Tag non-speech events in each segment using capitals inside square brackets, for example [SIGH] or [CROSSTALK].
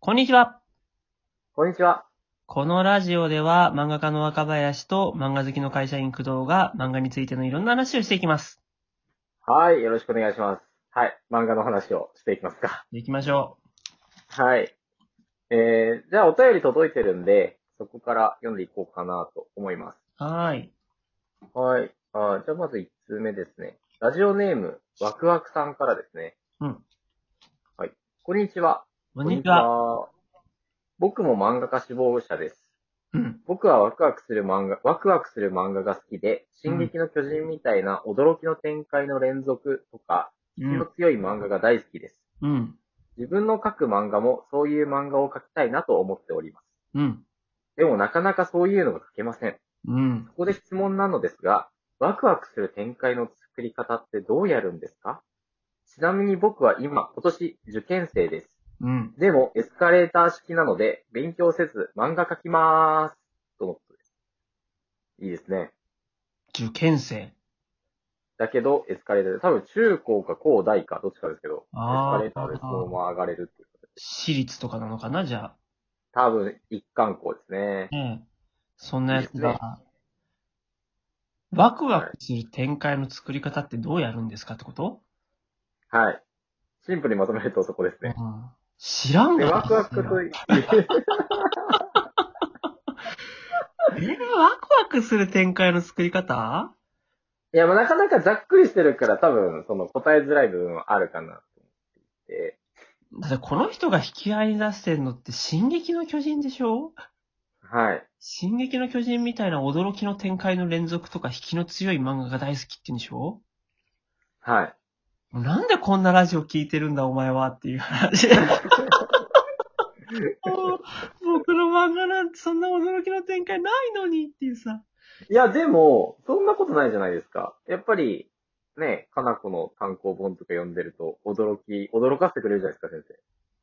こんにちは。こんにちは。このラジオでは漫画家の若林と漫画好きの会社員工藤が漫画についてのいろんな話をしていきます。はい。よろしくお願いします。はい。漫画の話をしていきますか。行きましょはい。えー、じゃあお便り届いてるんで、そこから読んでいこうかなと思います。う。はーい。はい。あーじゃあまず1通目ですね。ラジオネーム、ワクワクさんからですね。うん。はい。こんにちは。こんにちは。こんにちは。僕も漫画家志望者です。うん。僕はワクワクする漫画、ワクワクする漫画が好きで、進撃の巨人みたいな驚きの展開の連続とか、う気のん。強い漫画が大好きです。うん。自分の描く漫画もそういう漫画を描きたいなと思っております。うん。でもなかなかそういうのが描けません。うん。ここで質問なのですが、ワクワクする展開の作り方ってどうやるんですかちなみに僕は今、今年受験生です。うん。でもエスカレーター式なので、勉強せず漫画描きまーす。とのことです。いいですね。受験生。だけど、エスカレーターで、多分中高か高大かどっちかですけど、エスあカーレーターでそのまま上がれるっていうことで。私立とかなのかなじゃ多分一貫校ですねあ。。ねえ。そんなやついいですが、ワクワクする展開の作り方ってどうやるんですかってことはい。シンプルにまとめるとそこですうね。ん。知らんで、がなワクワクとい、えーワクワクする展開の作り方 [LAUGHS] いや、まあなかなかざっくりしてるから多分、その答えづらい部分はあるかなと思っていて。だってこの人が引き合いに出してんのって進撃の巨人でしょはい。進撃の巨人みたいな驚きの展開の連続とか引きの強い漫画が大好きって言うんでしょはい。もうなんでこんなラジオ聞いてるんだお前はっていう話。もう僕の漫画なんてそんな驚きの展開ないのにっていうさ。いや、でも、そんなことないじゃないですか。やっぱり、ね、かなこの単行本とか読んでると、驚き、驚かせてくれるじゃないですか、先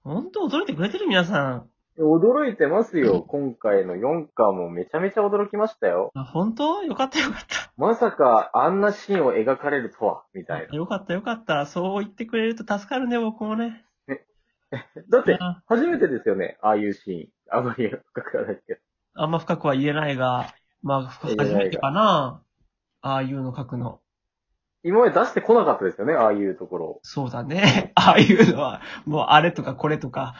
ほんと驚いてくれてる皆さん。生。驚いてますよ。今回の4巻もめちゃめちゃ驚きましたよ。あ本当よかったよかった。まさか、あんなシーンを描かれるとは、みたいな。よかったよかった。そう言ってくれると助かるね、僕もね。だって、あ初めてですよね、ああいうシーン。あんまり深くはないけど。あんま深くは言えないが、まあ、言え初ないがめてかな。ああいうの書くの。今まで出してこなかったですよね、ああいうところ。そうだね。 [LAUGHS] ああいうのは、もうあれとかこれと [LAUGHS] か。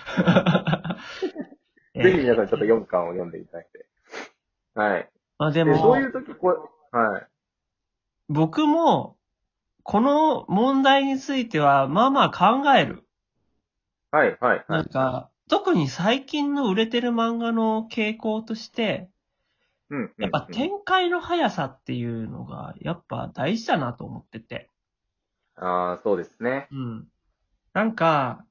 ぜひえー皆さんちょっと4巻を読んでいただいて。はい。まあでで、そうもい、う時、こう、はい。僕も、この問題については、まあまあ考える。はい、はい、はないん。か、特に最近の売れてる漫画の傾向として、うんうんうんやっぱ展開の速さっていうのが、やっぱ大事だなと思ってて。ああ、そうですね。うん。なんか、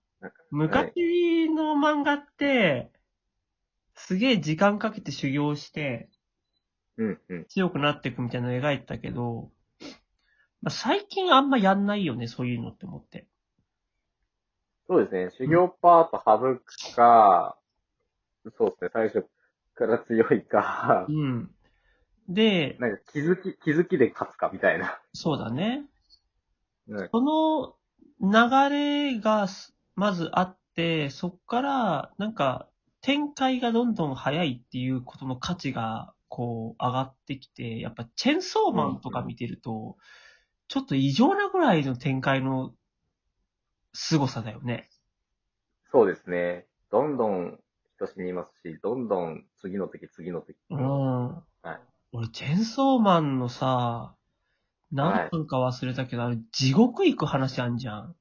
昔の漫画って、すげえ時間かけて修行して、うん、うん。強くなっていくみたいなのを描いてたけど、まあ、最近あんまやんないよね、そういうのって思って。そうですね。修行パート省くか、そうですね。最初から強いかう、ん。で、なんか気づき、気づきで勝つかみたいな。そうだね。うんその流れがすまずあって、そっから、なんか、展開がどんどん早いっていうことの価値が、こう、上がってきて、やっぱ、チェンソーマンとか見てると、ちょっと異常なぐらいの展開の凄さだよね。そうですね。どんどん人死にますし、どんどん次の敵、次の敵。うん。い俺、チェンソーマンのさ、何分か忘れたけど、あれ、地獄行く話あんじゃん。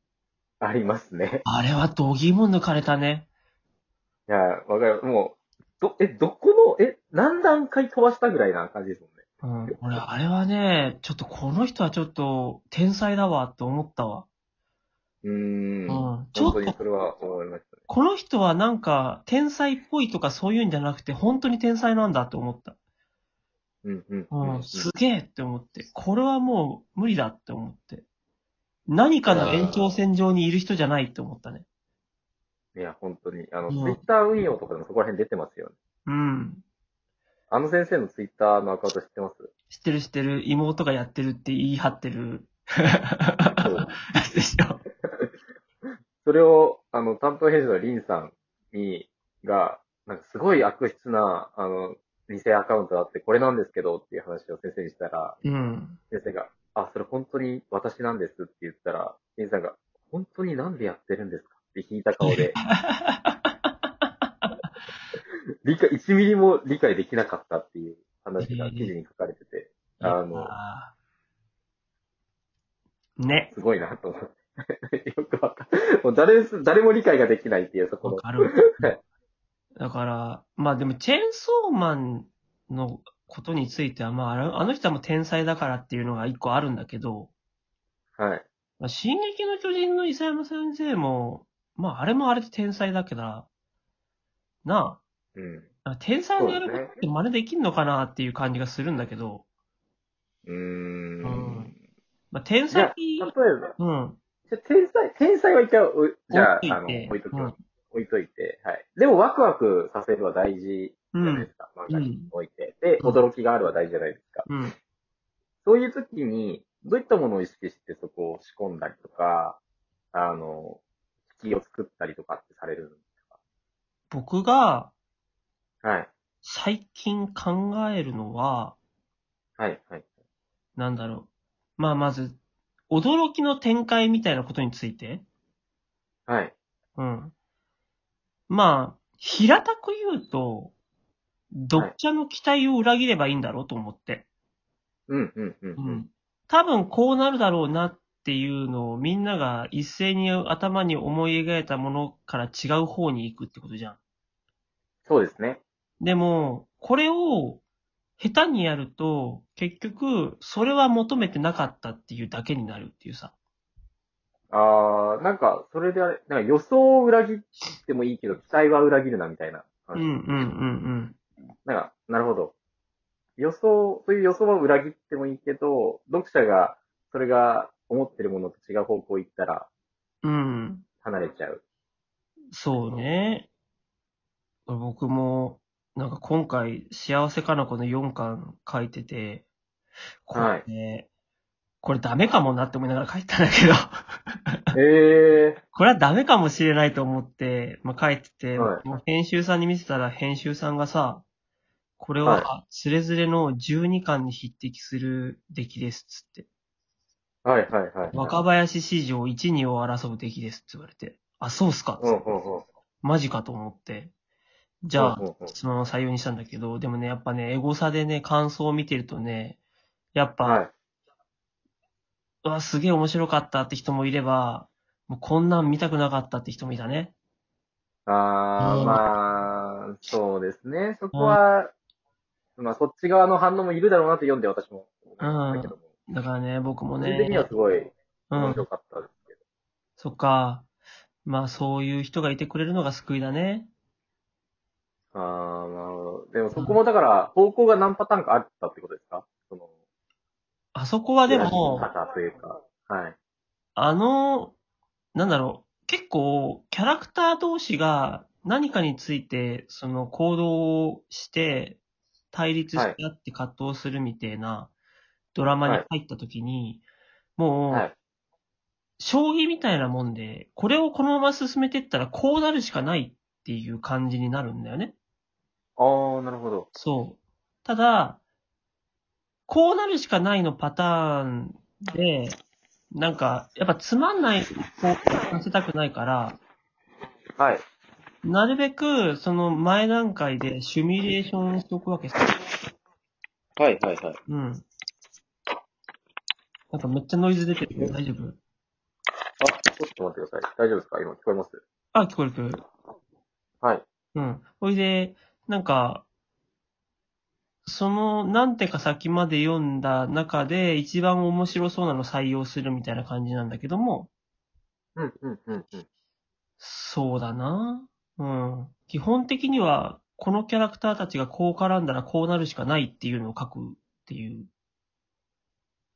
ありますね。あれは度肝抜かれたね。いや、わかる。もう、ど、え、どこの、え、何段階飛ばしたぐらいな感じですもんね。うん。俺、あれはね、ちょっとこの人はちょっと天才だわって思ったわ。ううーん。ん。ちょ本っ当にと、それは思いましたね。この人はなんか、天才っぽいとかそういうんじゃなくて、本当に天才なんだって思った。うんうん。ううんん。すげえって思って。これはもう無理だって思って。何かの延長線上にいる人じゃないって思ったね。いや、本当に。あの、うツイんッター運用とかでもそこら辺出てますよね。うん。あの先生のツイッターのアカウント知っ [LAUGHS] てます知ってる知ってる、妹がやってるって言い張ってる。うや [LAUGHS] つでしょ。それを、あの、担当編集のリンさんに、が、なんかすごい悪質な、あの、偽アカウントがあって、これなんですけどっていう話を先生にしたら、うん。先生が、あ、それ本当に私なんですって言ったら、先生さんが、本当になんでやってるんですかって引いた顔 [LAUGHS] で、理解、1ミリも理解できなかったっていう話が記事に書かれてて、あのあーね。すごいなと思って。 [LAUGHS] よくわかんもう誰す、誰も理解ができないっていう、そこわの。かる。 [LAUGHS] だから、まあでも、チェーンソーマンのことについては、まああの、あの人はもう天才だからっていうのが一個あるんだけど、はい。まあ、進撃の巨人の伊佐山先生も、まあ、あれもあれで天才だけどな、なうん。あ、なんか天才のやることって真似できんのかなっていう感じがするんだけど、うーん。うんまあ、天じゃ才あ、、例えば、うん、じゃあ天才、天才は一回お、じゃあ、置いといてあの、置いときうんます。置いといて、はい。でも、ワクワクさせるは大う事じゃないんで、すか。漫画において。で、うん驚きがあるは大事じゃないですか。うん。そういう時に、どういったものを意識してそこを仕込んだりとか、あの、式を作ったりとかってされるんです僕がかはい。最近考えるのは、はい、はい。なんだろう。まあ、まず、驚きの展開みたいなことについて。はい。うん。まあ、平たく言うと、読者の期待を裏切ればいいんだろうと思って。うん、うん、うん。うん多分こうなるだろうなっていうのをみんなが一斉に頭に思い描いたものから違う方に行くってことじゃん。そうですね。でも、これを下手にやると、結局、それは求めてなかったっていうだけになるっていうさ。あー、なんか、それであれ、なんか予想を裏切ってもいいけど、期待は裏切るな、みたいなうん話。うんうんなんか、なるほど。予想、そういう予想は裏切ってもいいけど、読者が、それが思ってるものと違う方向行ったら、うん。うん。離れちゃう。そうね。僕も、なんか今回、幸せかなこの4巻書いてて、これ、ね、これダメかもなって思いながら書いてたんだけど、 [LAUGHS] ええこれはダメかもしれないと思って、まあ、書いてて、はいもう編集さんに見せたら編集さんがさ、これはは、つれづれの12巻に匹敵する出来です、つって。ー。はいはいはい。若林史上1、2を争う出来です、って言われて。あ、そうっすか、つうっんうんてうん。マジかと思って。じゃあうんうん、うんそのまま採用にしたんだけど、でもね、やっぱね、エゴサでね、感想を見てるとね、やっぱ、はい。うわ、すげえ面白かったって人もいれば、もうこんなん見たくなかったって人もいたね。あうー、んまあ、そうですね。そこは、まあ、そっち側の反応もいるだろうなって読んで、私も。うんだけども。だからね、僕も個人的にねは、すごいう面ん、白かったですけど。そっか。まあそういう人がいてくれるのが救いだね。ああ、なるほど。でもそこもだから、方向が何パターンかあったってことですかその、あそこはでも、方というか。はい。あの、なんだろう、結構、キャラクター同士が何かについて、その行動をして、対立しは合いって葛藤するみたいなドラマに入った時に、もう、はい。将棋みたいなもんで、これをこのまま進めていったらこうなるしかないっていう感じになるんだよね。ああ、なるほど。そう。ただ、こうなるしかないのパターンで、なんか、やっぱつまんない、こう、させたくないから、はい。なるべく、その前段階でシミュレーションしておくわけさ。はい、はい、はい。うん。なんかめっちゃノイズ出てるけど大丈夫あ、ちょっと待ってください。大丈夫ですか今聞こえますあ、聞こえる聞こえる。はい。うん。ほいで、なんか、その何てか先まで読んだ中で一番面白そうなの採用するみたいな感じなんだけども、うん、うん、うん、うん。そうだな。うん。基本的には、このキャラクターたちがこう絡んだらこうなるしかないっていうのを書くっていう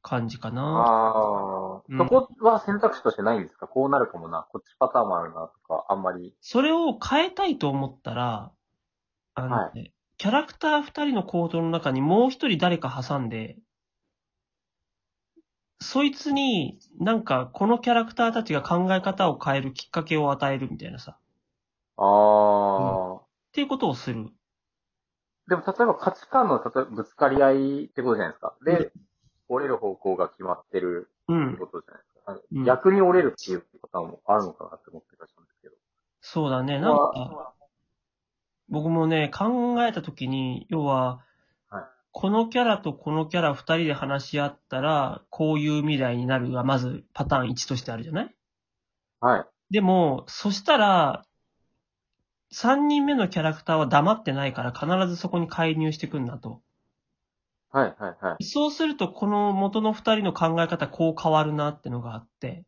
感じかな。ああ、うんそこは選択肢としてないんですかこうなるかもな。こっちパターンもあるなとか、あんまり。それを変えたいと思ったら、あの、はキャラクター二人の行動の中にもう一人誰か挟んで、そいつになんかこのキャラクターたちが考え方を変えるきっかけを与えるみたいなさ。ああ、っていうことをする。でも、例えば価値観の、例えばぶつかり合いってことじゃないですか。で、折れる方向が決まってるうってん。ことじゃないですか。うん逆に折れるっていうパターンもあるのかなって思ってたんですけど。そうだね。えなんか、僕もね、考えたときに、要ははい、このキャラとこのキャラ二人で話し合ったら、こういう未来になるが、まずパターン1としてあるじゃないはい。でも、そしたら、三人目のキャラクターは黙ってないから必ずそこに介入してくんなと。はい、はい、はい。そうすると、この元の二人の考え方こう変わるなってのがあって、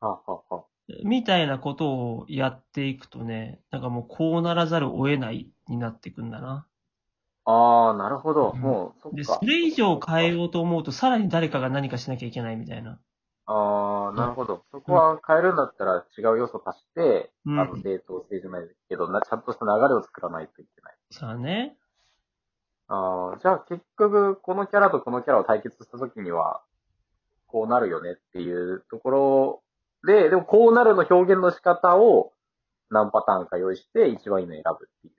はあ、はあ、はみたいなことをやっていくとね、なんかもうこうならざるを得ないになっていくんだな。あ。ああ、なるほど。うんもう、そで、っそか。れ以上変えようと思うと、さらに誰かが何かしなきゃいけないみたいな。ああ、なるほど。そこは変えるんだったら違う要素足して、うんあの、正当性じゃないですけど、なちゃんとした流れを作らないといけない。さあね。ああ、じゃあ結局、このキャラとこのキャラを対決した時には、こうなるよねっていうところで、でもこうなるの表現の仕方を何パターンか用意して一番いいの選ぶっていう。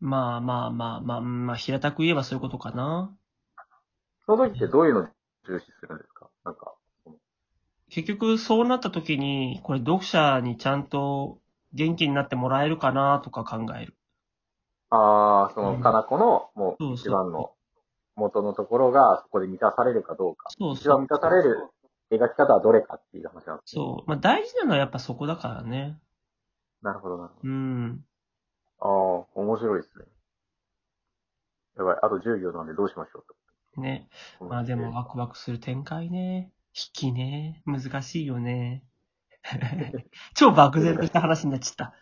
まあまあまあまあ、うんまあ平たく言えばそういうことかな。その時ってどういうのを重視するんですかなんか。結局そうなった時に、これ読者にちゃんと元気になってもらえるかなとか考える。ああ、そうんの、かなこの、もそうう、そう一番の元のところが、そこで満たされるかどうか。そう一そ番う満。たされる描き方はどれかっていう話なんですね。そう。まあ大事なのはやっぱそこだからね。なるほど、なるほうん。ど。ああ、面白いですね。やばい、あと10秒なんでどうしましょうとね。まあでも、ワクワクする展開ね。 [LAUGHS] 引きね。難しいよね。超漠然とした話になっちゃった。